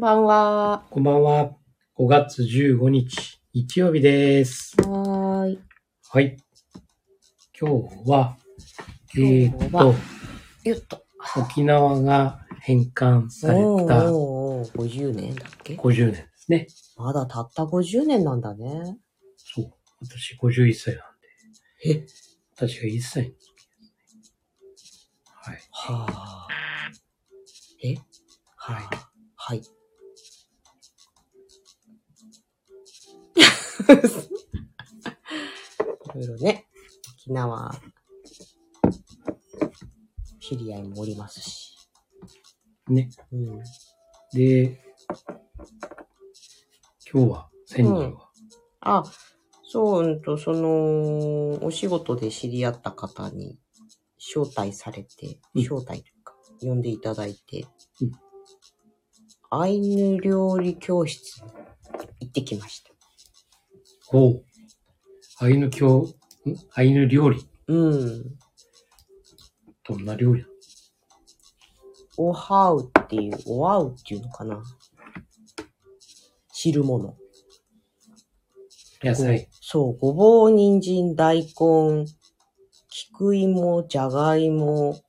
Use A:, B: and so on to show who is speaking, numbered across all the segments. A: ばんは。
B: こんばんは。5月15日、日曜日です。
A: はーい。
B: はい。今日は、えーっ
A: 今日は
B: と、
A: ゆっと。
B: 沖縄が返還され
A: お
B: た
A: ーおーおー50年だっけ
B: 50年ですね。
A: まだたった50年なんだね。
B: そう。私51歳なんで。
A: え
B: 私が1歳の時ですね。はい。
A: はあ。えはい。はい。いろいろね、沖縄、知り合いもおりますし。
B: ね。
A: うん。
B: で、今日は、千人は、
A: あ、そう、うんと、その、お仕事で知り合った方に招待されて、
B: うん
A: 招待というか、呼んでいただいて、
B: うん
A: アイヌ料理教室に行ってきました。
B: おう、アイヌ教、んアイヌ料理、
A: うん。
B: どんな料理なの
A: おはうっていう、おはうっていうのかな。汁物。
B: 野菜。
A: そう、ごぼう、人参、大根、菊芋、じゃがいも、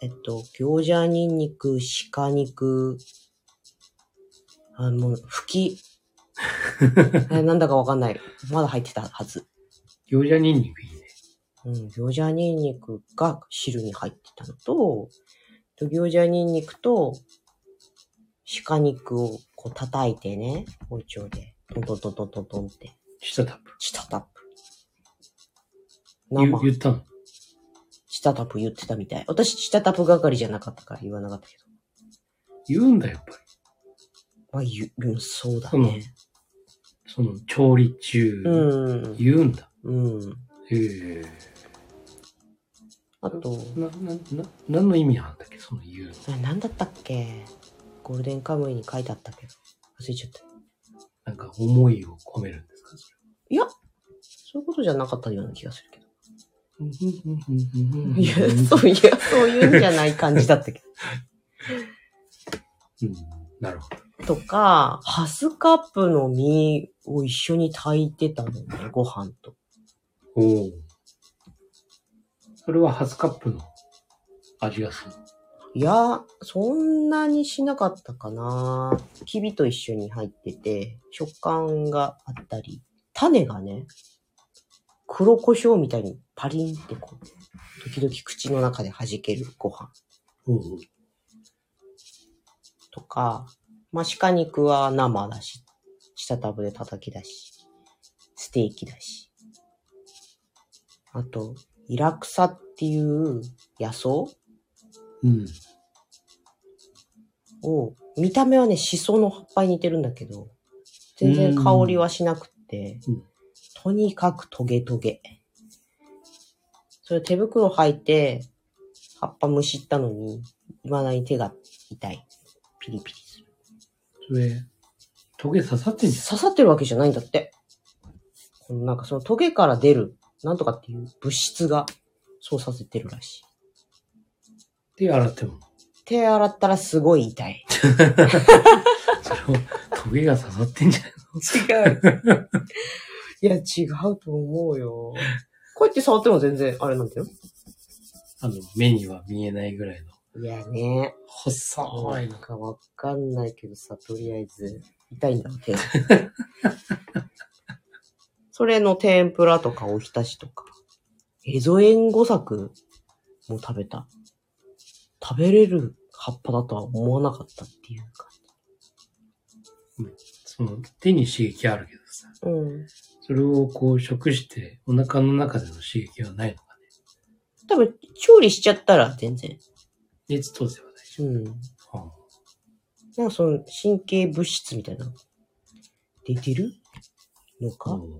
A: えっと、餃子、ニンニク、鹿肉、あの、吹き。えなんだかわかんない。まだ入ってたはず。
B: 餃子ニンニクいいね。
A: うん、餃子ニンニクが汁に入ってたのと、と餃子ニンニクと鹿肉をこう叩いてね、包丁で、トントントントントントンって、
B: 舌タップ。
A: チタタップ。
B: 言
A: 生
B: う、言ったの
A: チタタプ言ってたみたい。私、チタタプ係じゃなかったから言わなかったけど。
B: 言うんだよ、やっぱり。
A: まあ、言う、うん、そうだ
B: その
A: ね。
B: その、調理中、
A: うん。
B: 言うんだ。
A: うん。
B: へえ。
A: あと、
B: な、な、な、何の意味なんだっけ、その言うの。
A: あなんだったっけゴールデンカムイに書いてあったけど。忘れちゃった。
B: なんか、思いを込めるんですか、それ。
A: いや、そういうことじゃなかったような気がするけど。
B: い
A: いや、そういや、そういうんじゃない感じだったけ
B: うん。なるほど。
A: ど。とか、ハスカップの実を一緒に炊いてたのね、ご飯と。
B: おお。それはハスカップの味がする。
A: いや、そんなにしなかったかな。きびと一緒に入ってて、食感があったり、種がね、黒胡椒みたいにパリンってこう、時々口の中で弾けるご飯
B: おお。
A: とか、まあ、鹿肉は生だし、下タブで叩きだし、ステーキだし。あと、イラクサっていう野草
B: うん。
A: を、見た目はね、シソの葉っぱに似てるんだけど、全然香りはしなくて
B: うんうん、
A: とにかくトゲトゲ。それ手袋履いて、葉っぱむしったのに、未だに手が痛い。ピリピリする。
B: それ、トゲ刺さってん
A: 刺
B: じ
A: さってるわけじゃないんだって。このなんかそのトゲから出る、なんとかっていう物質が、そうさせてるらしい。
B: ゃん。手洗っても。
A: 手洗ったらすごい痛い。
B: それは、トゲが刺さってんじゃ
A: 違
B: ん。
A: う。 いや、違うと思うよ。こうやって触っても全然、あれなんだよ。
B: あの、目には見えないぐらいの。
A: いやね。
B: 細
A: ないん
B: の。
A: かわかんないけどさ、とりあえず、痛いんだろ う、手が。それの天ぷらとかおひたしとか。エゾエンゴ作も食べた。食べれる葉っぱだとは思わなかったっていうか。
B: その、手に刺激あるけどさ。
A: うん。
B: それをこう食して、お腹の中での刺激はないのかね。
A: 多分、調理しちゃったら全然。
B: 熱通せば大丈
A: うん。
B: 夫。は
A: なんかその神経物質みたいな。出てるの
B: あ
A: か、
B: うん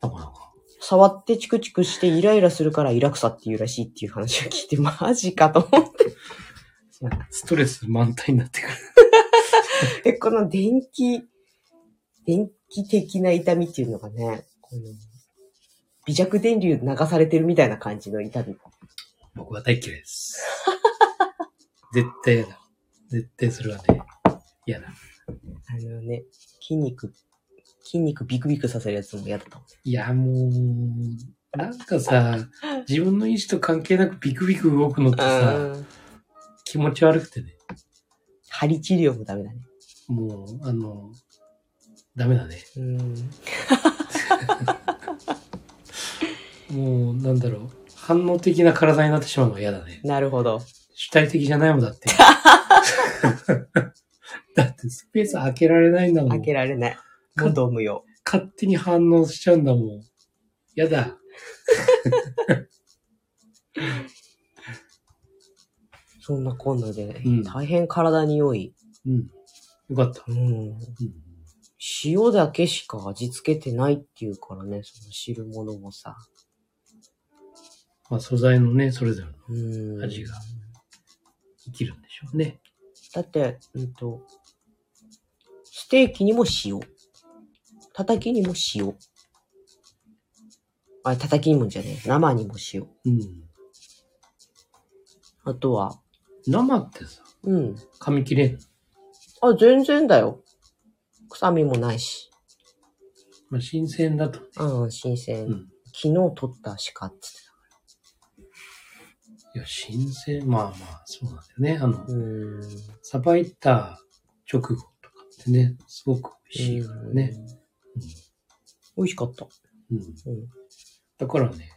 B: なかなか。
A: 触ってチクチクしてイライラするからイラクサっていうらしいっていう話を聞いて、マジかと思って。
B: そうストレス満タンになってくる。
A: でこの電気、電気的な痛みっていうのがね、この微弱電流流されてるみたいな感じの痛み。
B: 僕は大嫌いです。絶対嫌だ。絶対それはね、嫌だ。
A: あのね、筋肉、筋肉ビクビクさせるやつも嫌だったもんね。
B: いや、もう、なんかさ、自分の意思と関係なくビクビク動くのってさ、
A: うん
B: 気持ち悪くてね。
A: 針治療もダメだね。
B: もう、あの、ダメだね。
A: うん。
B: もう、なんだろう。反応的な体になってしまうのは嫌だね。
A: なるほど。
B: 主体的じゃないもんだって。だってスペース開けられないんだも
A: 開
B: ん。
A: けられない。
B: も
A: コ
B: う
A: ン無用。
B: 勝手に反応しちゃうんだもん。やだ。
A: そんなこんなで、
B: うん
A: 大変体に良い。
B: うん。よかった。
A: うん。
B: うん、
A: 塩だけしか味付けてないっていうからね、その汁物もさ。
B: まあ素材のね、それぞれの
A: うん。
B: 味が生きるんでしょうね。
A: だって、うんと、ステーキにも塩。叩きにも塩。あ、叩きにもじゃねえ。生にも塩。
B: うん。
A: あとは、
B: 生ってさ、
A: うん。
B: 噛み切れんの。
A: あ、全然だよ。臭みもないし。
B: まあ新鮮だと。
A: うん、新鮮。
B: うん。
A: 昨日取った鹿って
B: いや、新鮮。まあまあ、そうなんだよね。あ
A: 言っ
B: の
A: てた。、うん。
B: さばいた直後とかってね、すごく美味しいからね。
A: うん。美味しかった。
B: うん。
A: うん。
B: だからね、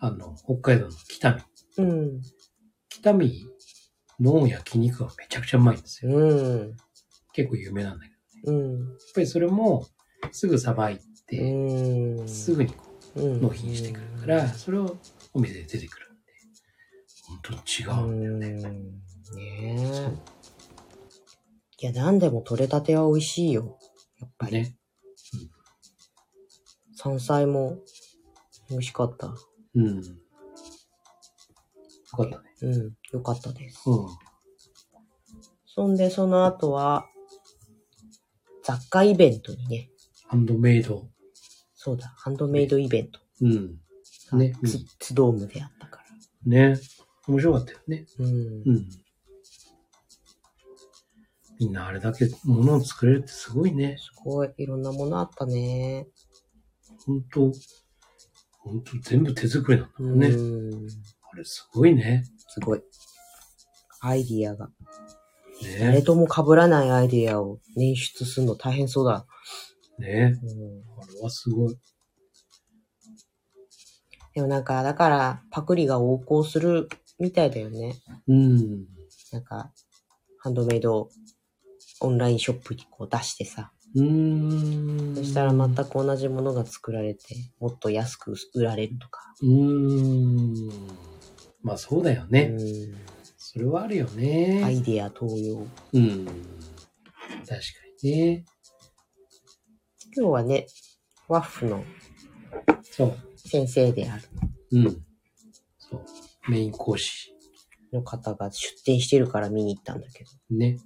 B: あの、北海道の北見。
A: うん。
B: 北見の焼肉はめちゃくちゃうまいんですよ。
A: うん。
B: 結構有名なんだけど。や
A: うん。
B: っぱりそれも、すぐさばいて、
A: うん。
B: すぐにこう納
A: 納
B: 品してくるから、それをお店で出てくるんで。本当に違
A: う
B: う。
A: ん。ねえ。いや、何でも取れたては美味しいよ。やっぱり。
B: ね。
A: 山菜も美味しかった。
B: うん。よかったね。
A: うん。よかったです。
B: う
A: そんで、その後は、雑貨イベントにね。
B: ん。ハンドメイド。
A: そうだ、ハンドメイドイベント。
B: うん。ね。
A: ツツドームでやったから。
B: ね。面白かったよね。
A: うん
B: う。ん。みんなあれだけ物を作れるってすごいね。
A: すごい、いろんなものあったね。
B: 本当本当全部手作りなんだも
A: うん
B: ね。
A: ん。
B: あれすごいね。
A: すごい。アイディアが。誰
B: ね
A: とも被らないアイディアを捻出するの大変そうだ。
B: ね
A: うん。
B: あれはすごい。
A: でもなんか、だから、パクリが横行するみたいだよね。
B: うん。
A: なんか、ハンドメイドオンラインショップにこう出してさ。
B: うーん。
A: そしたら全く同じものが作られて、もっと安く売られるとか。
B: うーん。まあそうだよ
A: う
B: ね。
A: ん。
B: それはあるよ
A: ア
B: ね。
A: イディア東洋。
B: うん。確かにね。
A: 今日はね、ワッフの
B: そう。
A: 先生である
B: うん。そう。メイン講師。
A: の方が出店してるから見に行ったんだけど、
B: ね。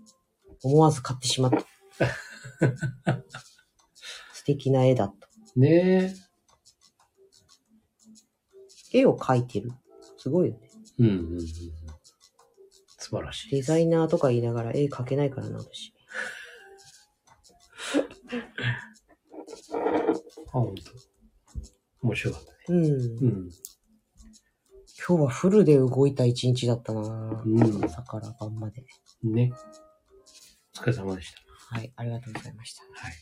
A: 思わず買ってしまった。 素敵な絵だった。
B: ね
A: 絵を描いてる。すごいよね。
B: うんうんうん。素晴らしい。
A: デザイナーとか言いながら絵描けないからな、私。
B: あ、本当。面白かったね。
A: うん。
B: うん。
A: 今日はフルで動いた一日だったな、
B: うん
A: 朝から晩まで。
B: ね。お疲れ様でした。
A: はい、ありがとうございました。
B: はい。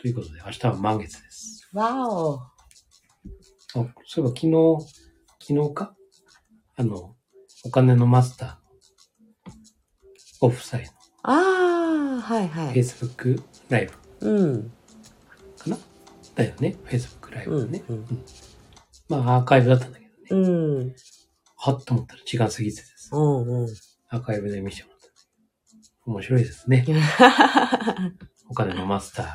B: ということで、明日は満月です。
A: わお
B: あ、そういえば昨日、昨日かあの、お金のマスターの、オフサイの
A: ああ、はいはい。
B: Facebook ライブ
A: うん。
B: かなだよね。Facebook ライ
A: う
B: ブ
A: ん。
B: ね。
A: うん
B: まあ、アーカイブだったんだけどね。
A: うん。うん。
B: はっと思ったら時間過ぎてです。
A: うん。
B: アーカイブで見せてもらったんだけど。面白いですね。お金のマスター、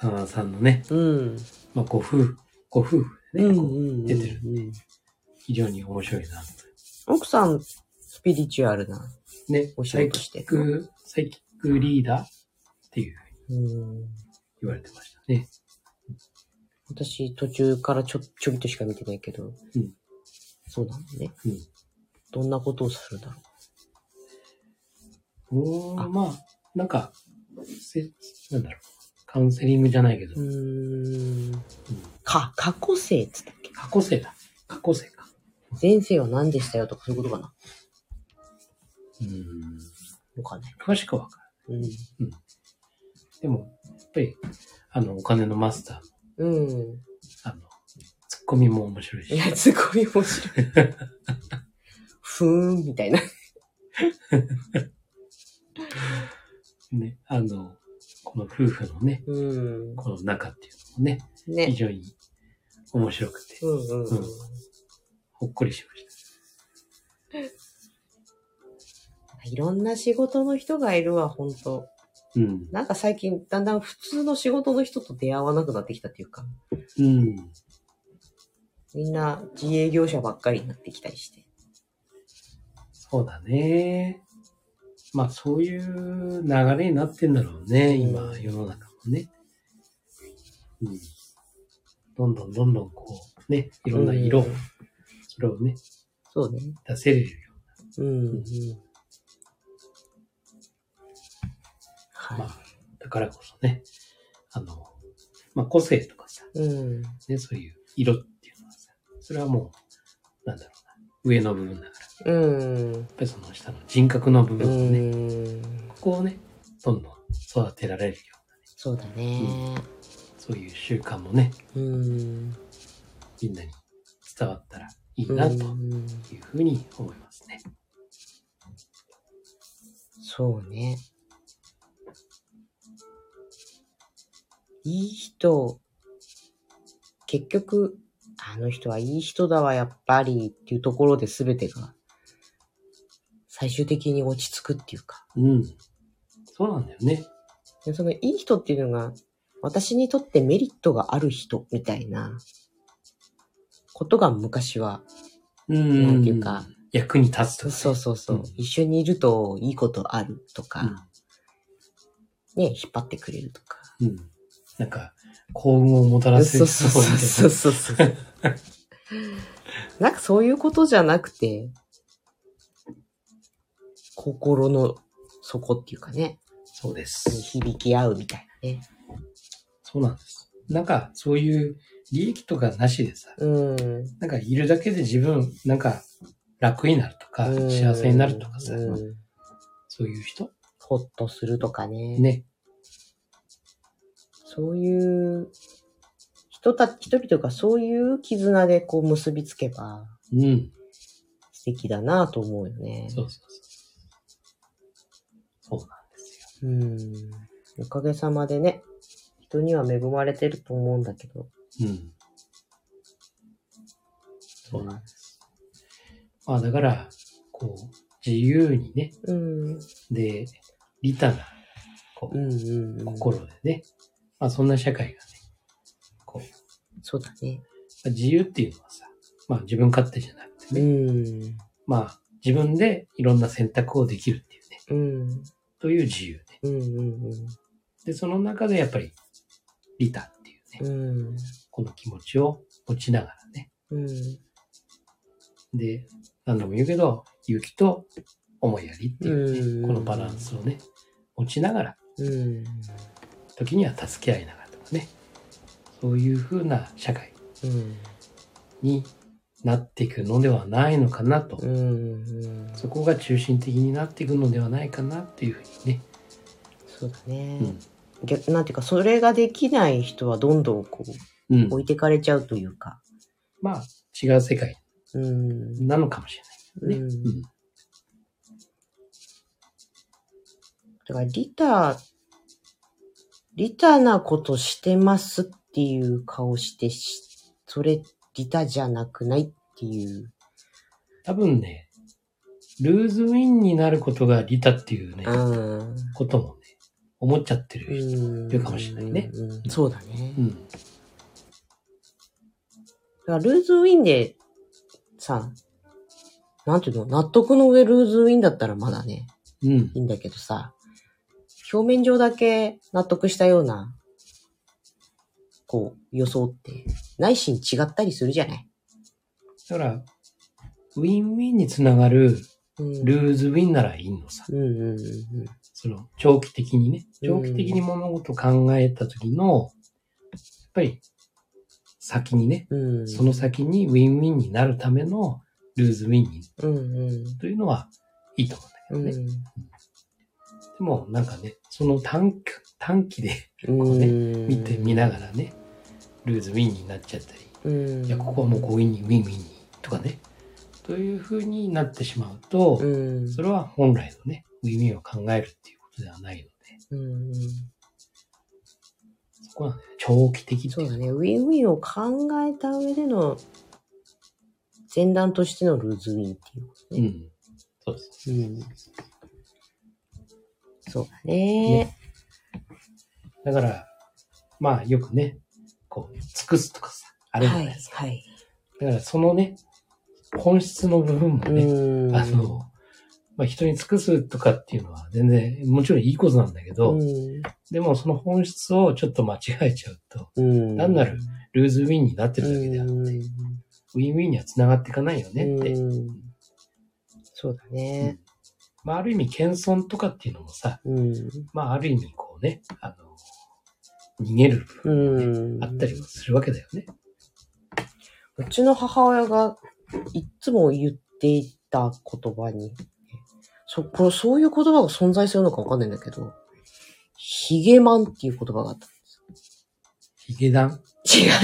B: さなさんのね、
A: うん。
B: まあ、ご夫婦、ご夫婦でね、こう
A: うん
B: 出てる
A: うん
B: 非常に面白いなと。
A: 奥さん、スピリチュアルな。
B: ね
A: お、仕
B: サイ
A: 事
B: キ
A: して
B: ック、サイキックリーダーっていうふうに
A: うん。
B: 言われてましたね。
A: 私、途中からちょ、ちょびっとしか見てないけど。
B: うん
A: そうなのね。
B: うん。
A: どんなことをするだろ
B: うー
A: あ
B: ん、まあ、なんか、せ、なんだろう。カウンセリングじゃないけど
A: う。、うーん。か、過去生っつったっけ
B: 過去生だ。過去生か。
A: 前世は何でしたよとかそういうことかな。
B: うーん。
A: わかんない。
B: 詳しくはわか
A: うん。
B: る。でも、やっぱり、あの、お金のマスターの、
A: うん。
B: あの、ツッコミも面白い
A: い
B: し。
A: や、ツッコミ面白い。 ふーん、みたいな。
B: ね、あの、この夫婦のね、
A: うん。
B: この仲っていうのもね、非
A: ね。
B: 常に面白くて
A: う、んうんうん。
B: ほっこりしました。
A: いろんな仕事の人がいるわ、ほんと。
B: うん。
A: なんか最近、だんだん普通の仕事の人と出会わなくなってきたっていうか、
B: うん。
A: みんな自営業者ばっかりになってきたりして。
B: そうだね。まあ、そういう流れになってんだろうね、今、世の中もね。うん。どんどんどんどんこう、ね、いろんな色を、
A: うん
B: それをね、
A: そうね。
B: 出せるよ
A: うん、うん。
B: ま
A: は
B: あ、だからこそね、あの、まあ、個性とかさ、
A: い。うん。
B: ね、そういう色っていうのはさ、それはもう、なんだろうな、上の部分だから、や
A: うん
B: っ。ぱりその下の人格の部
A: う
B: 分をね、
A: ん。
B: ここをね、どんどん育てられるようなね、
A: そうだね。
B: そういう習慣もね、
A: うん。
B: みんなに伝わったらいいなと
A: うん
B: いうふうに思いますね。
A: そうね。いい人、結局、あの人はいい人だわ、やっぱりっていうところで全てが、最終的に落ち着くっていうか。
B: うん。そうなんだよね。
A: でそのいい人っていうのが、私にとってメリットがある人みたいなことが昔は、
B: うん。
A: なんていうか、
B: 役に立つとかね、
A: そうそうそう、
B: うん
A: 一緒にいるといいことあるとか、ね、引っ張ってくれるとか。
B: うん。うん。なんか、幸運をもたらせ
A: そ
B: る
A: うそうそうそうそうそう。なんかそういうことじゃなくて、心の底っていうかね、
B: そうです。
A: に響き合うみたいなね。
B: そうなんです。なんか、そういう利益とかなしでさ、
A: うん。
B: なんかいるだけで自分、なんか楽になるとか、
A: うん
B: 幸せになるとかさ、
A: うん
B: そういう人
A: ほっとするとかね。
B: ね。
A: そういう、人た、人々がそういう絆でこう結びつけば
B: うん。
A: 素敵だなと思うよね。
B: そうそうそう。そうなんですよ。
A: うん。おかげさまでね、人には恵まれてると思うんだけど。
B: うん。そうなんです。まあだから、こう、自由にね、
A: うん。
B: で、利他な、こ
A: う
B: う、
A: んうんうん。
B: 心でね、まあそんな社会がね、こう、ま
A: そうだね。
B: あ自由っていうのはさ、まあ自分勝手じゃなくて
A: う
B: ね、
A: ん。
B: まあ自分でいろんな選択をできるってい
A: う
B: うね、
A: ん。
B: という自由ね。
A: うんうんうん。
B: で、その中でやっぱり、利他っていうね、
A: うん。
B: この気持ちを持ちながらね、
A: うん。
B: で、何度も言うけど、勇気と思いやりっていう
A: う
B: ね、
A: ん
B: このバランスをね、持ちながら、
A: うん。
B: 時には助け合いながらとかね、そういう風な社会
A: うん。
B: になっていくのではないのかなと、
A: うんうん。
B: そこが中心的になっていくのではないかなっていうふうにね、
A: そうだね
B: う。ん、
A: 逆なんていうか、それができない人はどんどんこう、
B: うん
A: 置いてかれちゃうというか。
B: まあ違う世界
A: うん。
B: なのかもし
A: う
B: れないね。
A: ん。
B: うん
A: だから、リタ、リタなことしてますっていう顔してし、それ、リタじゃなくないっていう。
B: 多分ね、ルーズウィンになることが利他っていうね、
A: うん。
B: こともね、思っちゃってる人。
A: うん。
B: いるかもしれないね
A: うん。うんそうだね。
B: うん。
A: だからルーズウィンで、さ、なんていうの、納得の上ルーズウィンだったらまだね、
B: うん。
A: いいんだけどさ、表面上だけ納得したような、こう、予想って、内心違ったりするじゃない
B: だから、ウィンウィンにつながる
A: うん。
B: ルーズウィンならいいのさ。
A: うんうんうんうん。
B: その長期的にね、
A: うん
B: 長期的に物事を考えた時の、やっぱり先にね、
A: うん。
B: その先にウィンウィンになるためのルーズウィンに
A: うんうん。
B: というのはいいと
A: う
B: 思うん
A: ん
B: だけどね。でもなんかね、その短期短期で
A: うん。
B: ね見てみながらね、ルーズウィンになっちゃったり、
A: うん。
B: いや、ここはもうこういうふうにウィンウィンにとかね、というふうになってしまうと、
A: うん。
B: それは本来のね、ウィンウィンを考えるっていうことではないので、
A: うんうん。
B: そこは、ね、長期的って
A: そ
B: いうう
A: だね。ウィンウィンを考えた上での、前段としてのルーズウィンっていうこと
B: う
A: ね。
B: ん。そうです。
A: うん。そうだね。
B: だから、まあよくね、こう、尽くすとかさ、あ
A: は
B: る
A: い。
B: じゃないですか。
A: はい。
B: だからそのね、本質の部分もね、
A: うん。
B: あの、まあ、人に尽くすとかっていうのは全然、もちろんいいことなんだけど、
A: うん、
B: でもその本質をちょっと間違えちゃうと、
A: うん。
B: 単なるルーズウィンになってるだけであって、
A: うん
B: ウィンウィンには繋がっていかないよねって。
A: うんそうだ
B: う
A: ね
B: ん。まあ、ある意味謙遜とかっていうのもさ、
A: うん。
B: まあ、ある意味こうね、あの、逃げる部分もね、
A: うん。
B: あったりもするわけだよね。
A: うちの母親がいっつも言っていた言葉に、そ、この、そういう言葉が存在するのかわかんないんだけど、ヒゲマンっていう言葉があった。
B: ヒゲダン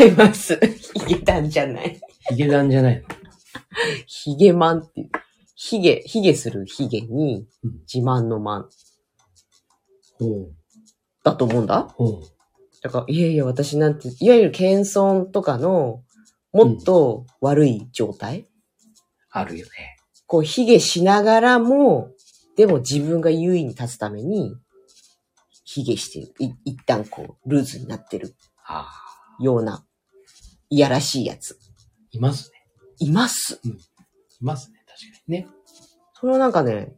A: 違い ます。ヒゲダンじゃない。
B: ヒゲダンじゃないの。
A: ヒゲマンっていう。ヒゲ、ヒゲするヒゲに
B: うん、
A: 自慢のマン
B: ほう。
A: だと思うんだ。
B: ほう。
A: だから、いやいや、私なんて、いわゆる謙遜とかの、もっと悪い状態、
B: あるよね。
A: こう、卑下しながらも、でも自分が優位に立つために、卑下してる。い一旦こう、ルーズになってる
B: ああ。
A: ような、いやらしいやつ。
B: いますね。
A: います。
B: いますね。確かにね。
A: それはなんかね、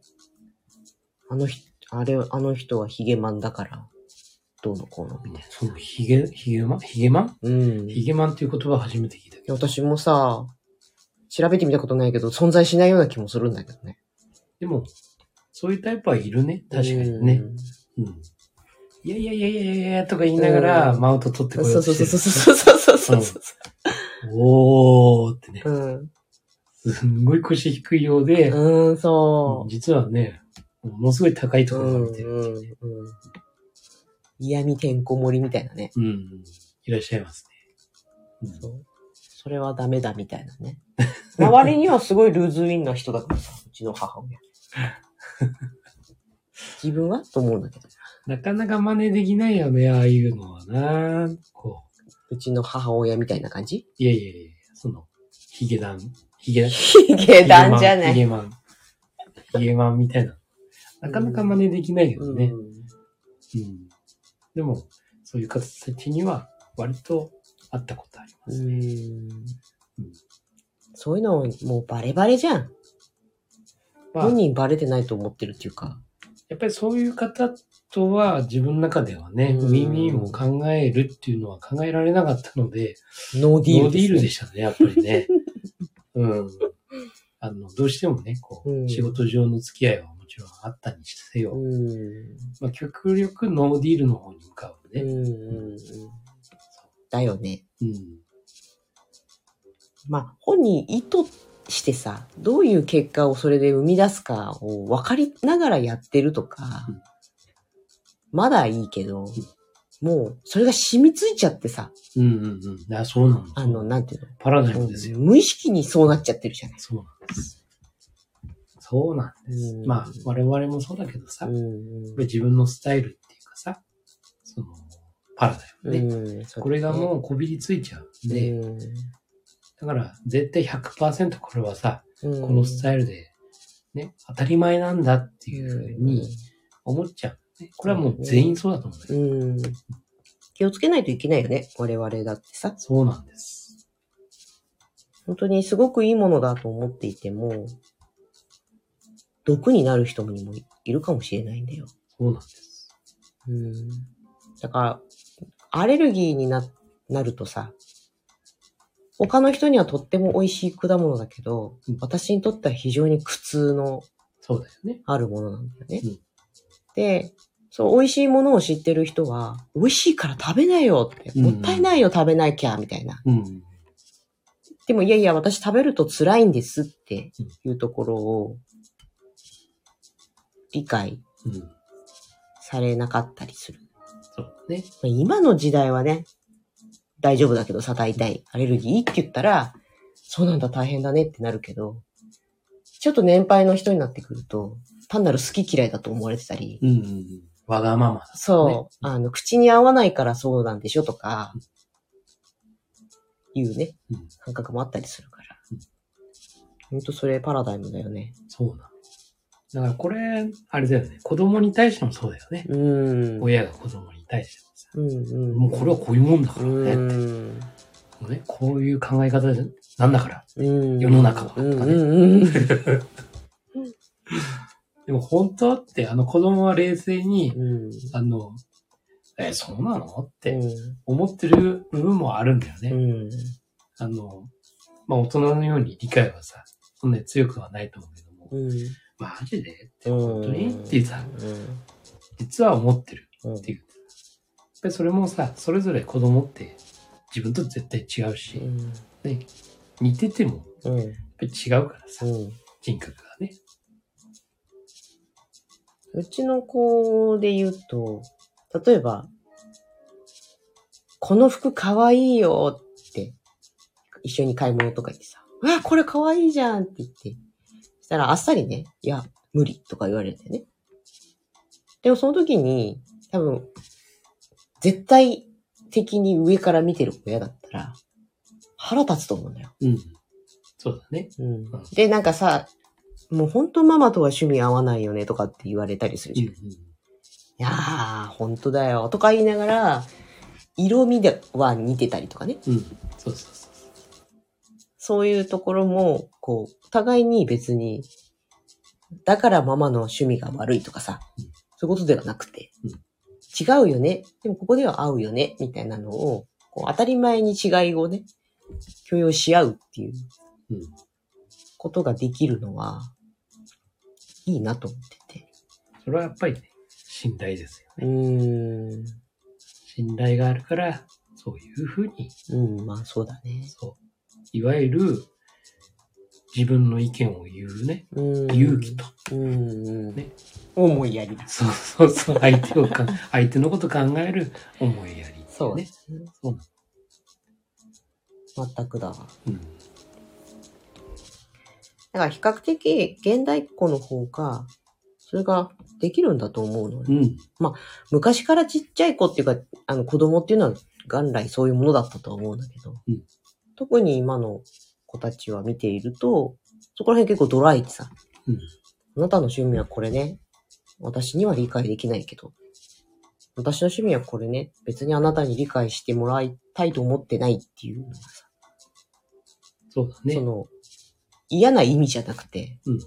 A: あの人、あれ、あの人はヒゲマンだから、どうのこうのみたい
B: そう、ヒゲ、ヒゲマンヒゲマン
A: な。うん。
B: ヒゲマンっていう言葉初めて聞いたけど。
A: 私もさ、調べてみたことないけど、存在しないような気もするんだけどね。
B: でも、そういうタイプはいるね。確かにね。
A: うん。
B: うん。いやいやいやいやいやいやとか言いながら、
A: うん
B: マウント取って
A: そ
B: こ
A: う
B: よ
A: そうう
B: と
A: そう
B: して
A: そう
B: る。
A: そうそうそうそう。
B: おーってね。
A: うん。
B: すんごい腰低いようで、
A: うん、そう。
B: 実はね、ものすごい高いところが見てる。
A: うんうんうん、嫌味てんこ盛りみたいなね。
B: うん。いらっしゃいますね。うん
A: そう。それはダメだみたいなね。周りにはすごいルーズウィンな人だからさ、うちの母親。自分はと思うんだけど。
B: なかなか真似できないよね、ああいうのはな。こう。
A: うちの母親みたいな感じ
B: いやいやいや、その、ヒゲダン、ヒゲダン、
A: ヒゲダンじゃな
B: ヒ
A: い。
B: ゲマン。ヒゲマンみたいな。なかなか真似できないよね。うん。でも、そういう形には割とあったことありま
A: う
B: す。
A: んそういうのもうバレバレじゃん。
B: まあ
A: 本、人バレてないと思ってるっていうか。
B: やっぱりそういう方とは自分の中ではね、
A: うん
B: ウィンウィンを考えるっていうのは考えられなかったので、
A: ノーディール、
B: ノーディールですしたね、やっぱ りね。うん。あの、どうしてもね、こ
A: うん
B: う、仕事上の付き合いはもちろんあったにせよ、
A: うん。
B: まあ、極力ノーディールの方に向かう
A: う
B: ね。
A: んうんうん。だよね。
B: うん。
A: まあ、本人意図してさ、どういう結果をそれで生み出すかを分かりながらやってるとか
B: うん、
A: まだいいけど、もう、それが染みついちゃってさ、
B: うんうんうん。あ、そうなん
A: あの、なんていう
B: パラダイ
A: の
B: ムですよ。
A: 無意識にそうなっちゃってるじゃない。
B: そうなんです。そうなんです。
A: うん
B: まあ、我々もそうだけどさ、
A: う
B: やっ
A: ん
B: ぱり自分のスタイルっていうかさ、その、パラダイムね。
A: うん
B: これがも
A: う
B: うこびりついちゃうん
A: だ
B: で、
A: ね、うん
B: だから絶対100%これはさ、
A: うん
B: このスタイルで、ね、当たり前なんだっていうふうに思っちゃう、ね。これはもう全員そうだと思うんだけ
A: う
B: ど、
A: ん、うん気をつけないといけないよね、我々だってさ。
B: そうなんです。
A: 本当にすごくいいものだと思っていても、毒になる人にもいるかもしれないんだよ。
B: そうなんです。
A: うん。だから、アレルギーにな、なるとさ、他の人にはとっても美味しい果物だけど
B: うん、
A: 私にとっては非常に苦痛の
B: そうだよね。
A: あるものなんだよね。
B: うん
A: で、そう、美味しいものを知ってる人は、美味しいから食べなよって、
B: うん
A: もったいないよ食べなきゃ、みたいな。
B: うん。
A: でも、いやいや、私食べると辛いんですっていうところを、理解
B: うん。
A: されなかったりする。
B: そうだね。
A: まあ今の時代はね、大丈夫だけどさ、大体、アレルギーって言ったら、そうなんだ、大変だねってなるけど、ちょっと年配の人になってくると、単なる好き嫌いだと思われてたり、
B: うんうんうん。わがままだ。
A: そう、
B: ね
A: あの、口に合わないからそうなんでしょとか、いうね
B: うん、
A: 感覚もあったりするから。ほんとそれパラダイムだよね。
B: そうなの。だからこれ、あれだよね。子供に対してもそうだよね。
A: うん。うん
B: 親が子供に対してもさ。
A: うん。
B: もうこれはこういうもんだから
A: う
B: ね。
A: ん。
B: もうねこういう考え方じゃなんだから。
A: うん。
B: 世の中はとかね
A: うんうん
B: でも本当って、あの子供は冷静に、
A: うん。
B: あの、え、そうなのって
A: うん
B: 思ってる部分もあるんだよね。
A: うん。
B: あの、まあ大人のように理解はさ、そんなに強くはないと思うけども、
A: うん。
B: マジでって本当に
A: うん
B: ってさ、
A: うん
B: 実は思ってる
A: うん
B: っていう。やっぱりそれもさ、それぞれ子供って自分と絶対違うし、ね、似てても
A: うん
B: やっぱり違うからさ
A: う、ん
B: 人格がね。
A: うちの子で言うと、例えば、この服かわいいよって、一緒に買い物とか行ってさ、うわ、これかわいいじゃんって言って、そしたらあっさりね、いや、無理とか言われてね。でもその時に、多分、絶対的に上から見てる親だったら、腹立つと思うんだよ。
B: うん。そうだね。
A: うんで、なんかさ、もう本当ママとは趣味合わないよねとかって言われたりする
B: う
A: じゃ
B: ん
A: ん。いやー、本当だよとか言いながら、色味では似てたりとかね。
B: うん。うん。そうそうそう。
A: そういうところも、こう、お互いに別に、だからママの趣味が悪いとかさ
B: うん、
A: そういうことではなくて
B: うん、
A: 違うよね。でもここでは合うよね、みたいなのを、こう当たり前に違いをね、許容し合うっていう
B: うん。
A: ことができるのは、いいなと思ってて。
B: それはやっぱりね、信頼ですよ
A: う
B: ね。
A: ーん。
B: 信頼があるから、そういうふうに、
A: うん、まあそうだね。
B: そう、いわゆる、自分の意見を言うね、
A: うん。
B: 勇気と。。
A: うん、うん。
B: ね
A: 思いやりだ。
B: そうそうそう、相手 をか、相手のこと考える思いやり、ね。
A: そうね。
B: そうな
A: 全くだわ。
B: の。うん。
A: だから比較的現代っ子の方が、それができるんだと思うのね。
B: うん。
A: 昔からちっちゃい子っていうか、あの子供っていうのは元来そういうものだったとは思うんだけど、
B: うん
A: 特に今の子たちは見ていると、そこら辺結構ドライでさ、
B: うん
A: あなたの趣味はこれね、私には理解できないけど、私の趣味はこれね、別にあなたに理解してもらいたいと思ってないっていうのがさ、
B: そうだね。
A: その嫌な意味じゃなくて、
B: うん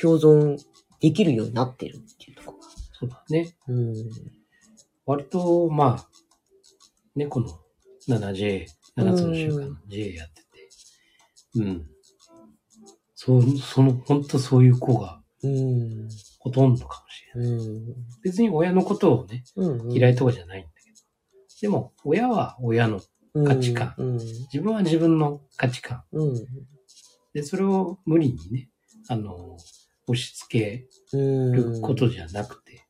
A: 共存できるようになってるっていうところが。
B: そうだね。
A: うん。
B: 割と、まあ、ね、この 7J、7つの習慣の J やってて、うん。そう、その、ほんとそういう子が
A: うん。
B: ほとんどかもしれない。
A: うん。
B: 別に親のことをね、
A: うん
B: 嫌いとかじゃないんだけど。でも、親は親の、価値観
A: うん。
B: 自分は自分の価値観。
A: うん。
B: で、それを無理にね、あの、押し付け
A: うん。
B: ることじゃなくて、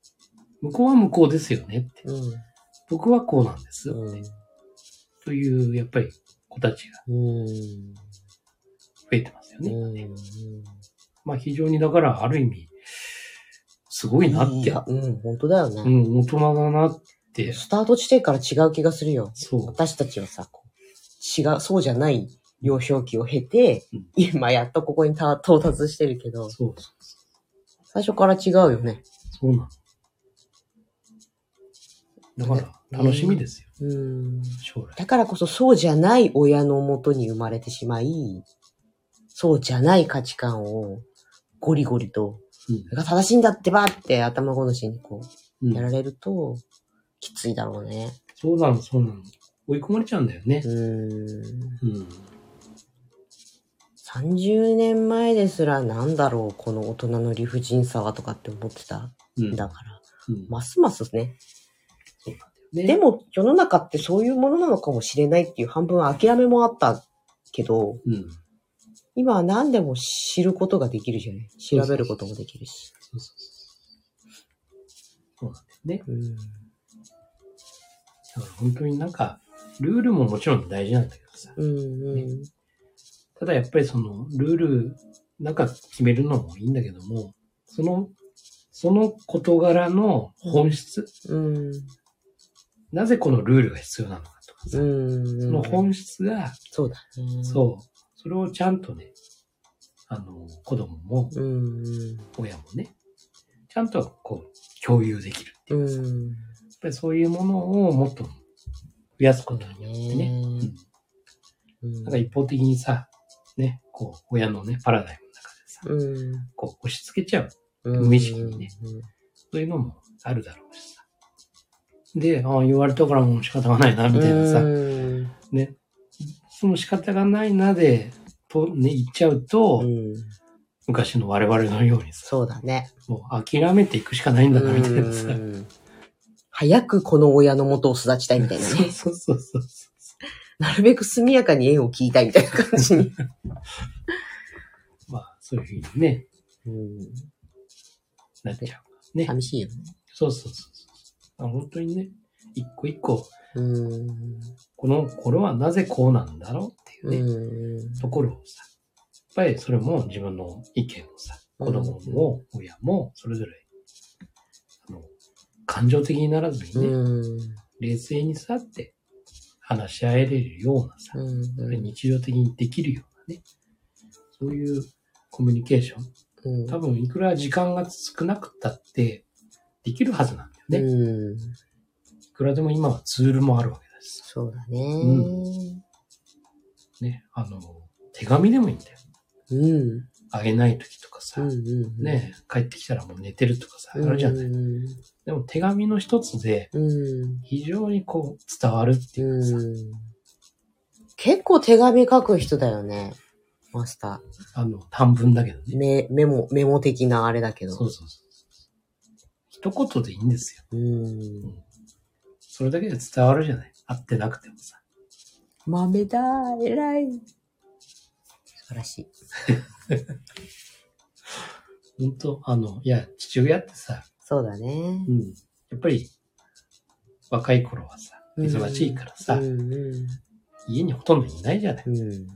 B: 向こうは向こうですよねって。
A: うん。
B: 僕はこうなんです。
A: うん。
B: という、やっぱり子たちが
A: うん。
B: 増えてますよね。
A: うん。
B: まあ非常にだからある意味、すごいなっ
A: い
B: て、
A: や、うん、本当だよ
B: う
A: ね。
B: ん、大人だなって、
A: スタート地点から違う気がするよ。
B: そう、
A: 私たちはさ、こう、違う、そうじゃない幼少期を経て
B: うん、
A: 今やっとここにた到達してるけど、
B: そうそう、
A: 最初から違うよね。
B: そうなの。だから楽しみですよ、
A: うん。
B: 将来。
A: だからこそそうじゃない親のもとに生まれてしまい、そうじゃない価値観をゴリゴリと、それが正しいんだってばって頭ごなしにこ
B: うん
A: う、やられると、きついだろうね。
B: そうなの、そうなの。追い込まれちゃうんだよね
A: う。ーん。
B: うん。
A: 30年前ですらなんだろう、この大人の理不尽さはとかって思ってた
B: うん
A: んだから、
B: うん
A: ますますね。
B: そうなんだよね。
A: でも世の中ってそういうものなのかもしれないっていう半分諦めもあったけど、
B: うん。
A: 今は何でも知ることができるじゃない調べることもできるし。
B: そうそうそう。そうなんだよね。
A: うん。
B: だから本当になんか、ルールももちろん大事なんだけどさ。
A: うんうん。
B: ただやっぱりその、ルール、なんか決めるのもいいんだけども、その、その事柄の本質、
A: うん。
B: なぜこのルールが必要なのかとかさ、
A: うん。
B: その本質が、
A: そうだね。
B: そう、それをちゃんとね、あの、子供も
A: うんうん。
B: 親もね、ちゃんとこう、共有できるって
A: う
B: い
A: ん。
B: うかさ、やっぱりそういうものをもっと増やすことによってね、
A: うん
B: なんか一方的にさ、ね、こう、親のね、パラダイムの中でさ、
A: うん。
B: こう、押し付けちゃう。
A: うん
B: 無意識にね。そういうのもあるだろうしさ。で、ああ、言われたからもう仕方がないな、みたいなさ、
A: うん
B: ね。その仕方がないなで、と、ね、言っちゃうと、
A: うん。
B: 昔の我々のようにさ、
A: そうだね。
B: もう諦めていくしかないんだな、みたいなさ。
A: うん早くこの親の元を育ちたいみたいな
B: そう
A: ね。
B: そうそうそう。
A: なるべく速やかに縁を切りたいみたいな感じに。
B: まあ、そういう ふうにね、
A: うん
B: なっちゃう。ね。
A: 寂しいよね。
B: そうそうそうそう。あ本当にね、一個一個、
A: うん。
B: この、これはなぜこうなんだろうっていう
A: う
B: ね、
A: ん。
B: ところをさ、やっぱりそれも自分の意見をさ、子供も親もそれぞれ、あの、感情的にならず
A: う
B: にね、
A: ん。
B: 冷静にさって話し合えれるようなさ、それ
A: う
B: 日常的にできるようなね、そういうコミュニケーション、
A: ん。
B: 多分いくら時間が少なくたってできるはずなんだよね。い
A: うん。
B: くらでも今はツールもあるわけだしさ、
A: そうだね。
B: ね、あの、手紙でもいいんだよ。
A: うん。
B: あげない時とか
A: う
B: さ、
A: んうん。。
B: ね、帰ってきたらもう寝てるとかさ、あ
A: うん
B: るじゃない。でも手紙の一つで
A: うん。
B: 非常にこう伝わるっていうかさ、
A: うん。結構手紙書く人だよね。マスタ
B: あの、短文だけど
A: ー。
B: ね。
A: メ、メモ、メモ的なあれだけ
B: そ
A: ど。
B: うそうそう。一言でいいんですよ。
A: うん。
B: それだけで伝わるじゃない。会ってなくてもさ。
A: 豆だ、偉い。素晴らしい。
B: ほんと、あの、いや、父親ってさ、
A: そうだね。
B: うん、やっぱり、若い頃はさ、忙しいからさ、
A: うんう
B: 家にほとんどいないじゃない。
A: ん。うん。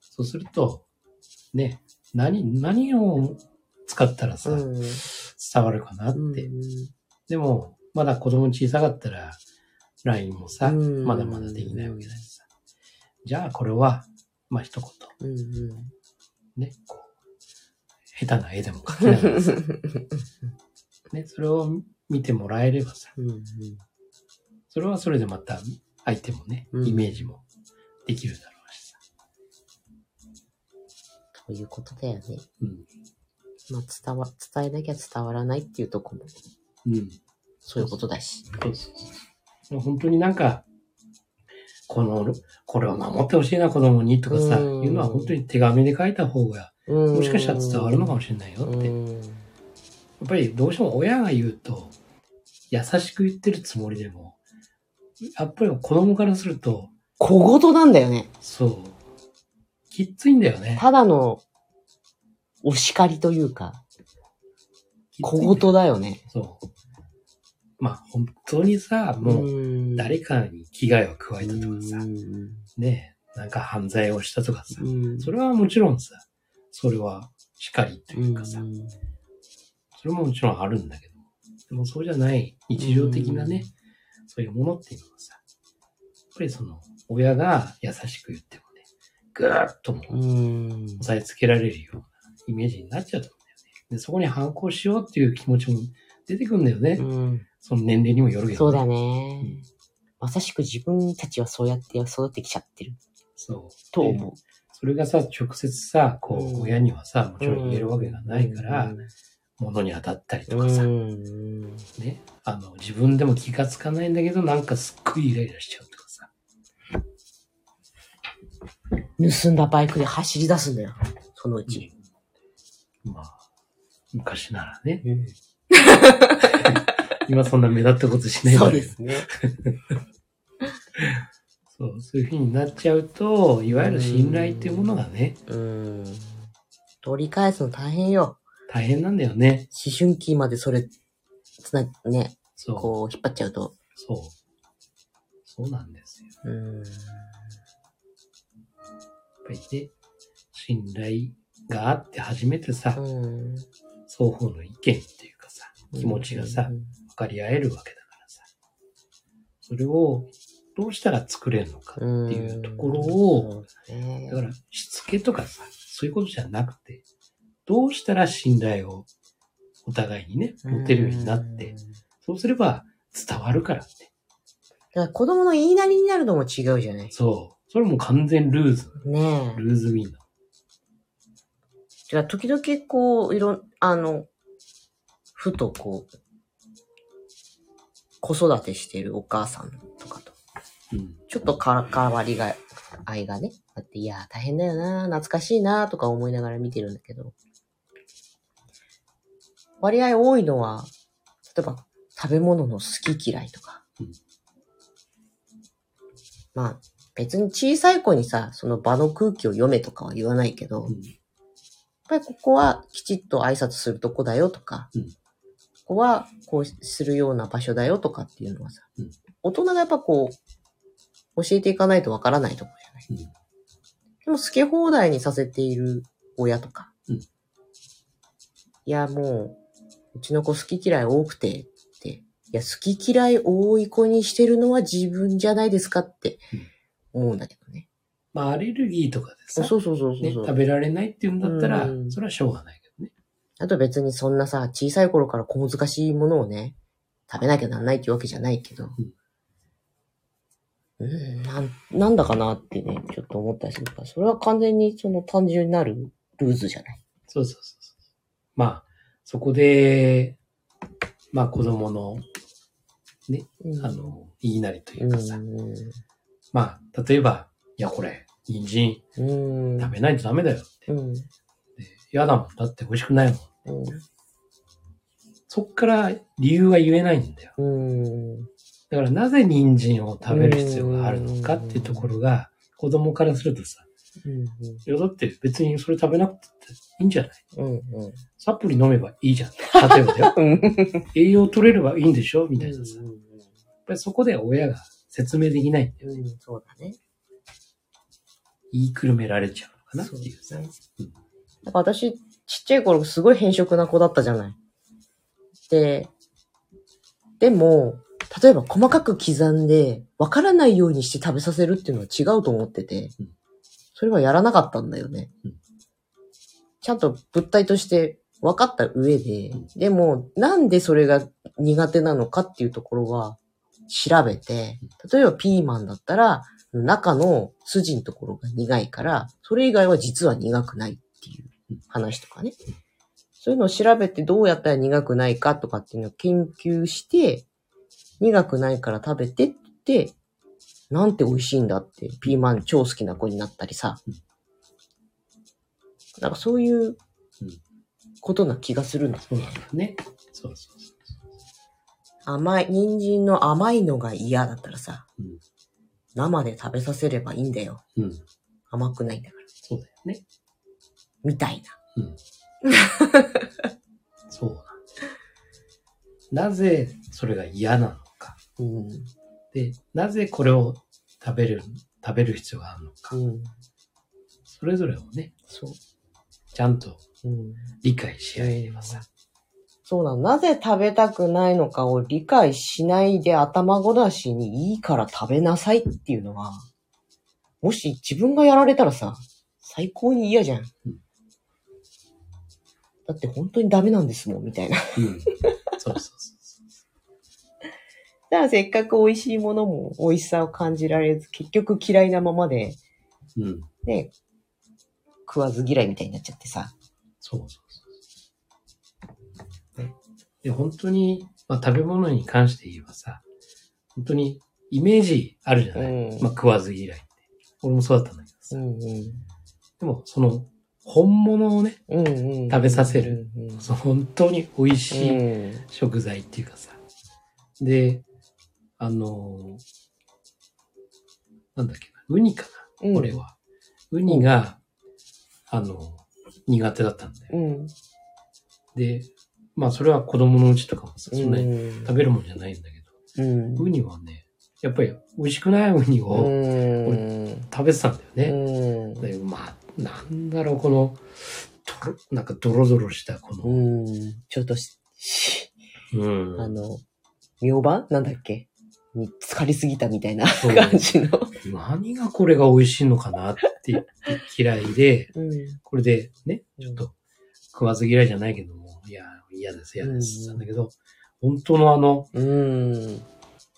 B: そうすると、ね、何、何を使ったらさ、
A: うん
B: 伝わるかなって。でも、まだ子供小さかったら、LINE もさ、
A: うん
B: まだまだできないわけだしさ。じゃあ、これは、まあ、一言、
A: うんうん。
B: ね、こう、下手な絵でも描きながらさ、ね、 それを見てもらえればさ、
A: うんうん。
B: それはそれでまた、相手もね、
A: うん
B: イメージもできるだろうしさ。
A: ということだよね。
B: うん。
A: まあ、伝わ、伝えなきゃ伝わらないっていうとこも、
B: うん。
A: そういうことだし。
B: そうそうそう。本当になんか、この、これを守ってほしいな、子供に、とかさ、
A: うん
B: いうのは本当に手紙で書いた方が、
A: も
B: もしかしたら伝わるのかもしれないよって。やっぱりどうしても親が言うと、優しく言ってるつもりでも、やっぱり子供からすると、
A: 小言なんだよね。
B: そう、きっついんだよね。
A: ただの、お叱りというか、
B: きっついんだよ
A: 小言だよね。
B: そう。まあ本当にさ、もう
A: う
B: 誰かに危害を加えたとか
A: う
B: さ、
A: ん
B: ねえ、なんか犯罪をしたとかさ
A: う、ん
B: それはもちろんさ、それは叱りというかさ
A: う、ん
B: それももちろんあるんだけど、でもそうじゃない日常的なね、そういうものっていうのはさ、やっぱりその、親が優しく言ってもね、ぐーっともう
A: うん。
B: 押さえつけられるようなイメージになっちゃうと思うんだよね。で、そこに反抗しようっていう気持ちも出てくるんだよね。
A: うん
B: その年齢にもよるけど、
A: そうだ
B: う
A: ね
B: ん。
A: まさしく自分たちはそうやって育ってきちゃってる
B: そう。
A: と
B: で
A: 思う。
B: それがさ、直接さ、こう、
A: うん
B: 親にはさ、もちろん言えるわけがないから、
A: うん、
B: 物に当たったりとかさ、
A: うん
B: ね、あの、自分でも気がつかないんだけど、なんかすっごいイライラしちゃうとかさ、
A: 盗んだバイクで走り出すんだよ。そのうち。
B: うんまあ、昔ならね。今そんな目立ったことしないだ
A: そ
B: ろ
A: うですね。
B: そう、そういうふうになっちゃうと、いわゆる信頼っていうものがね、
A: うん。取り返すの大変よ。
B: 大変なんだよね。
A: 思春期までそれ、つな、ね、
B: そう。
A: こう、引っ張っちゃうと。
B: そう。そうなんですよ。や
A: うん。
B: っぱりね、信頼があって初めてさ、
A: うん。
B: 双方の意見っていうかさ、気持ちがさ、
A: うん
B: 分かり合えるわけだからさ。それをどうしたら作れるのかっていうところを、、
A: そうね
B: だからしつけとかさ、そういうことじゃなくて、どうしたら信頼をお互いにね、持てるようになっ
A: う
B: て
A: ん、
B: そうすれば伝わるからって。
A: だから子供の言いなりになるのも違うじゃない
B: そう。それもう完全ルーズ。
A: ねえ。
B: ルーズウィンだ。
A: じゃあ時々こう、いろん、あの、ふとこう、子育てしてるお母さんとかと、
B: うん。
A: ちょっとからかわりが、愛がね、あって、いやー大変だよなー、懐かしいなーとか思いながら見てるんだけど、割合多いのは、例えば、食べ物の好き嫌いとか
B: うん。
A: まあ、別に小さい子にさ、その場の空気を読めとかは言わないけど、
B: うん
A: やっぱりここはきちっと挨拶するとこだよとか、
B: うん
A: ここはこうするような場所だよとかっていうのはさ、
B: うん
A: 大人がやっぱこう、教えていかないとわからないところじゃない。でも、好き放題にさせている親とか、
B: うん
A: いや、もう、うちの子好き嫌い多くて、って、いや、好き嫌い多い子にしてるのは自分じゃないですかって思うんだけどね。
B: まあ、アレルギーとかでさ、
A: あそうそうそうそう
B: ね、
A: そう、
B: 食べられないっていうんだったら
A: う、ん
B: それはしょうがないけどね。
A: あと別にそんなさ、小さい頃から小難しいものをね、食べなきゃなんないっていうわけじゃないけど。うん、なん、なんだかなってね、ちょっと思ったりするから、それは完全にその単純になるルーズじゃない。
B: そうそうそうそう。まあ、そこで、まあ子供の、
A: うん、、
B: あの、言いなりといううんかさ、まあ、例えば、いや、これ、人参
A: うん。
B: 食べないとダメだよって
A: う。ん。
B: 嫌だもん。だって美味しくないもん。
A: うん。
B: そっから理由は言えないんだよ。
A: うん。
B: だからなぜ人参を食べる必要があるのかっていうところが、子供からするとさ、
A: うん。
B: いやだって別にそれ食べなくていいんじゃない
A: うん。
B: サプリ飲めばいいじゃん。例えばだ よ。
A: うん。
B: 栄養取れればいいんでしょみ
A: み
B: たいなさ。やっぱりそこで親が説明できない。
A: うん、そうだね。
B: 言いくるめられちゃうのかなって
A: そう
B: いうさ。うん
A: なんか私、ちっちゃい頃すごい偏食な子だったじゃない。で、でも、例えば細かく刻んで、わからないようにして食べさせるっていうのは違うと思ってて
B: うん、
A: それはやらなかったんだよね
B: うん。
A: ちゃんと物体として分かった上で
B: うん、
A: でも、なんでそれが苦手なのかっていうところは調べて、例えばピーマンだったら、中の筋のところが苦いから、それ以外は実は苦くないっていう話とかね。そういうのを調べてどうやったら苦くないかとかっていうのを研究して、苦くないから食べてって、なんて美味しいんだって、ピーマン超好きな子になったりさ
B: うん。
A: なんかそういうことな気がするんだ。
B: そうなんだよね。そうそうそう。
A: 甘い、人参の甘いのが嫌だったらさ、
B: うん
A: 生で食べさせればいいんだよ。
B: うん。
A: 甘くないんだから。
B: そうだよね。
A: みたいな。
B: うん。そうなんですなぜそれが嫌なのか。
A: うん。
B: で、なぜこれを食べる、食べる必要があるのか。
A: うん。
B: それぞれをね、
A: そう。
B: ちゃんと
A: うん。
B: 理解し合えればさ。
A: そうなの。なぜ食べたくないのかを理解しないで頭ごなしにいいから食べなさいっていうのは、もし自分がやられたらさ、最高に嫌じゃん。
B: うん
A: だって本当にダメなんですもん、みたいな。 だ
B: うん。そうそうそうそう。
A: からせっかく美味しいものも美味しさを感じられず、結局嫌いなままで、
B: うん。
A: ね、食わず嫌いみたいになっちゃってさ。
B: そうそうそう。ね、で、本当に、まあ、食べ物に関して言えばさ、本当にイメージあるじゃない、
A: うん
B: まあ、食わず嫌いって。俺もそうだったんだけどさ。
A: うんうん。
B: でも、その、本物をね、
A: うんうん
B: 食べさせる。
A: うんうん
B: そう本当に美味しい
A: うん
B: 食材っていうかさ。で、あのーなんだっけな、ウニか
A: うん
B: な、俺は。ウニが、あのー苦手だったんだよ。
A: うん。
B: で、まあそれは子供のうちとかもさ、そんなに
A: うん
B: 食べるもんじゃないんだけ
A: うん
B: ど、ウニはね、やっぱり美味しくないウニを
A: うん
B: 食べてたんだよね。
A: うん
B: でまあ、なんだろう、この、とろ、なんかドロドロした、この、
A: うんちょっとし、し
B: うん
A: あの、明晩なんだっけに疲れすぎたみたいな
B: そう
A: 感じの。
B: 何がこれが美味しいのかなって言って嫌いで、
A: うん。
B: これでね、
A: ち
B: ちょっ。と食わず嫌いじゃないけども、いや、嫌です、嫌です、
A: う
B: なんんだけど、本当のあの、
A: うん。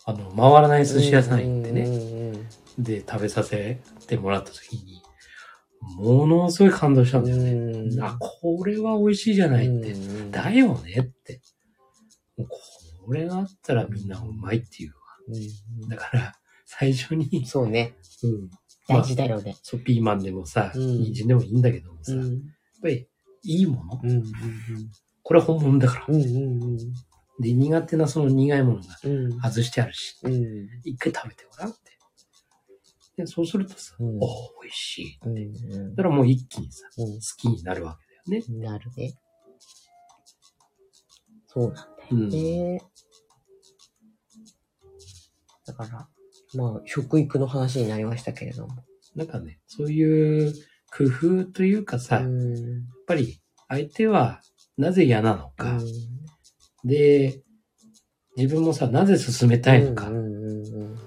B: あの、回らない寿司屋さん行ってね、
A: ね。
B: で、食べさせてもらった時に、ものすごい感動したんだよね。
A: うん
B: あ、これは美味しいじゃないって。
A: うん
B: だよねって。もうこれがあったらみんなうまいっていうわ。
A: うん
B: だから、最初に、
A: そうね。
B: うん。ま
A: 大
B: あ
A: 事だよね。
B: そう、ピーマンでもさ、
A: うん
B: 人参でもいいんだけどもさ、
A: う
B: やっ
A: ん。
B: ぱり、いいもの
A: うん。うん。
B: これは本物だから
A: う。ん。うん。
B: で、苦手なその苦いものが
A: うん。
B: 外してあるし、
A: うん。
B: 一回食べてごらんって。で、そうするとさ、
A: うん
B: おー美味しい。
A: うんうん
B: だからもう一気にさ、
A: う
B: 好きになるわけだよね。
A: ん。なるね。そうなんだよ
B: うん。
A: ね。だから、まあ、食育の話になりましたけれども。
B: なんかね、そういう工夫というかさ、
A: う
B: やっ
A: ん。
B: ぱり相手はなぜ嫌なのか、
A: うん
B: で、自分もさ、なぜ進めたいのか
A: うん、うんうん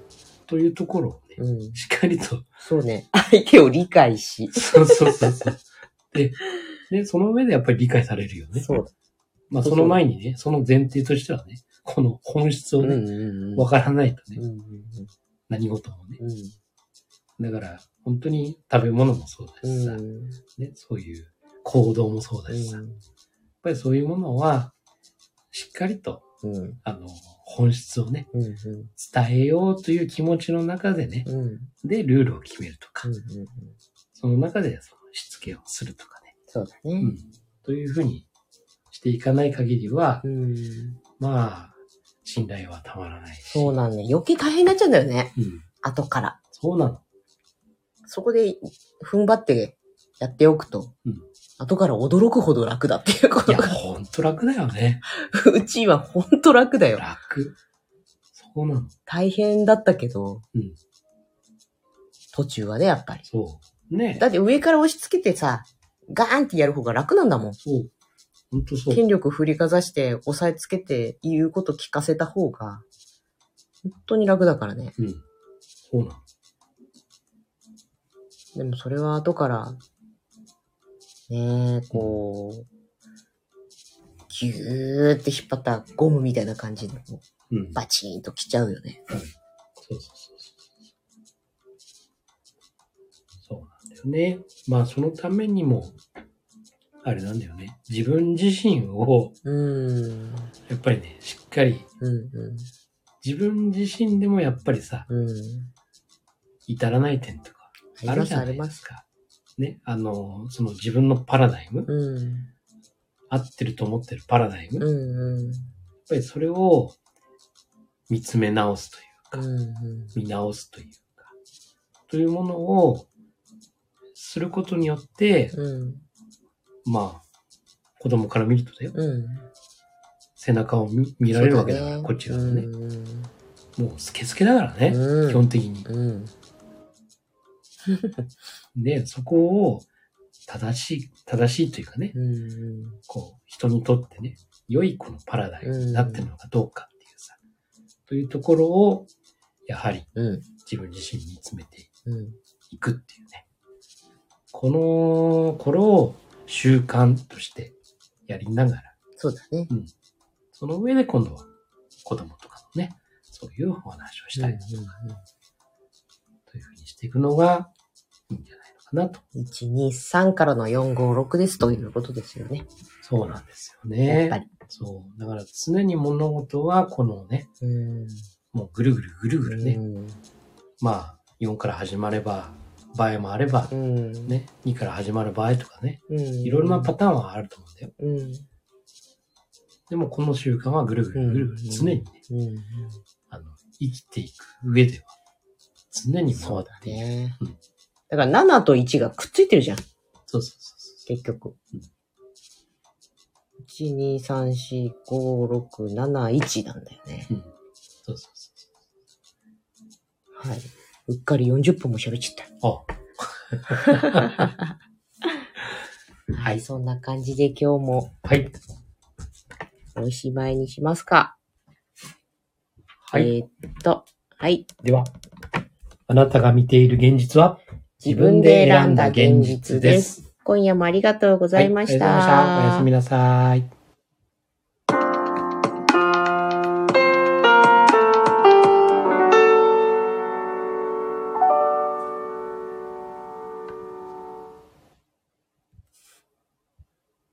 B: というところをね、
A: うん。うん。
B: しっかりと、
A: そうね。相手を理解し。
B: そうそうそうそう。で、で、その上でやっぱり理解されるよね。
A: そう。
B: まあその前にね、その前提としてはね、この本質を
A: うん
B: ね、
A: うんうん。
B: わからないと
A: う
B: ね
A: ん、うん
B: 何事もね。
A: うん。
B: だから、本当に食べ物もそうだし
A: う
B: さ、
A: ん。
B: ね、そういう行動もそうだしさ、やっぱりそういうものは、しっかりと、
A: うん。うん。
B: あの、本質をね、
A: うん。うん。
B: 伝えようという気持ちの中でね、
A: うん。うん。
B: で、ルールを決めるとか、
A: うん
B: その中でそのしつけをするとかね、
A: そうだ
B: う
A: ね。
B: ん、というふうにしていかない限りは、
A: うん。
B: まあ、信頼はたまらないし。
A: そうなんだ。余計大変になっちゃうんだよね。
B: うん。
A: 後から。
B: そうなの。
A: そこで踏ん張ってやっておくと、
B: うん
A: 後から驚くほど楽だっていうこ
B: い
A: と
B: や、
A: が、
B: ほんと楽だよね。
A: うちはほんと楽だよ。
B: 楽。そうなの。
A: 大変だったけど、
B: うん
A: 途中はね、やっぱり。
B: そう。ね
A: だって上から押し付けてさ、ガーンってやる方が楽なんだもん。
B: そう。ほんとそう。
A: 権力振りかざして押さえつけて言うこと聞かせた方が、本当に楽だからね。
B: うん。そうなの。
A: でもそれは後から、ねえ、こう、ぎゅーって引っ張ったゴムみたいな感じで、こう
B: うん。
A: バチーンと来ちゃうよね。
B: そうそうそうそう。そうなんだよね。まあ、そのためにも、あれなんだよね。自分自身を、
A: うーん。
B: やっぱりね、しっかり、
A: うん
B: 自分自身でもやっぱりさ、
A: うん。うん。
B: 至らない点とか、
A: あ
B: あ
A: り
B: る
A: ま
B: じ
A: す、
B: ゃ
A: あ
B: な
A: り
B: いで
A: ます。
B: すか。ね、あの、その自分のパラダイム、
A: うん。
B: 合ってると思ってるパラダイム、
A: う
B: やっ
A: んうん。
B: ぱりそれを見つめ直すというか、
A: うん
B: 見直すというか、というものをすることによって、
A: うん。
B: まあ、子供から見るとだよ、
A: うん。
B: 背中を見見
A: 見
B: られるわけだから、こっちがね、もうスケスケだからね、
A: うん
B: 基本的に。
A: うん。
B: で、そこを正しい、正しいというかね、
A: うん。
B: こう、人にとってね、良いこのパラダイムになってるのかどうかっていうさ、というところを、やはり
A: うん。
B: 自分自身に詰めて
A: うん。
B: いくっていうね。この、これを習慣としてやりながら、
A: そうだね。
B: その上で今度は子供とかのね、そういうお話をしたりだとか、というふうにしていくのがいいんじゃないのかなと。
A: 1、2、3からの4、5、6ですということですよね。
B: そうなんですよ
A: やっぱ
B: ね。
A: り。
B: そう。だから常に物事はこのね、
A: うん。
B: もうぐるぐるぐるぐるね、
A: うん
B: まあ、4から始まれば場合もあれば、
A: うん。
B: ね、2から始まる場合とかね、
A: うん。
B: い
A: い
B: ろいろなパターンはあると思うんだよ。
A: うん。
B: でもこの習慣はぐるぐるぐるぐる
A: うん
B: 常にね、
A: うん。
B: あの、生きていく上では、常に回っている。
A: ね
B: うん。
A: だから7と1がくっついてるじゃん、
B: そうそうそうそう。
A: 結局
B: うん。
A: 1、2、3、4、5、6、7、1なんだよね。
B: うん。そうそうそ
A: はい。うっかり40分も喋っちゃっ
B: う。あ、
A: た。はい。そんな感じで今日も
B: はい。
A: おしまいにしますか。
B: はい。
A: えーっと、はい。
B: では、あなたが見ている現実は
A: 自分で選んだ現実です。。今夜もありがとうご
B: ご
A: ざいました。
B: ありがとうございました。おやすみなさい。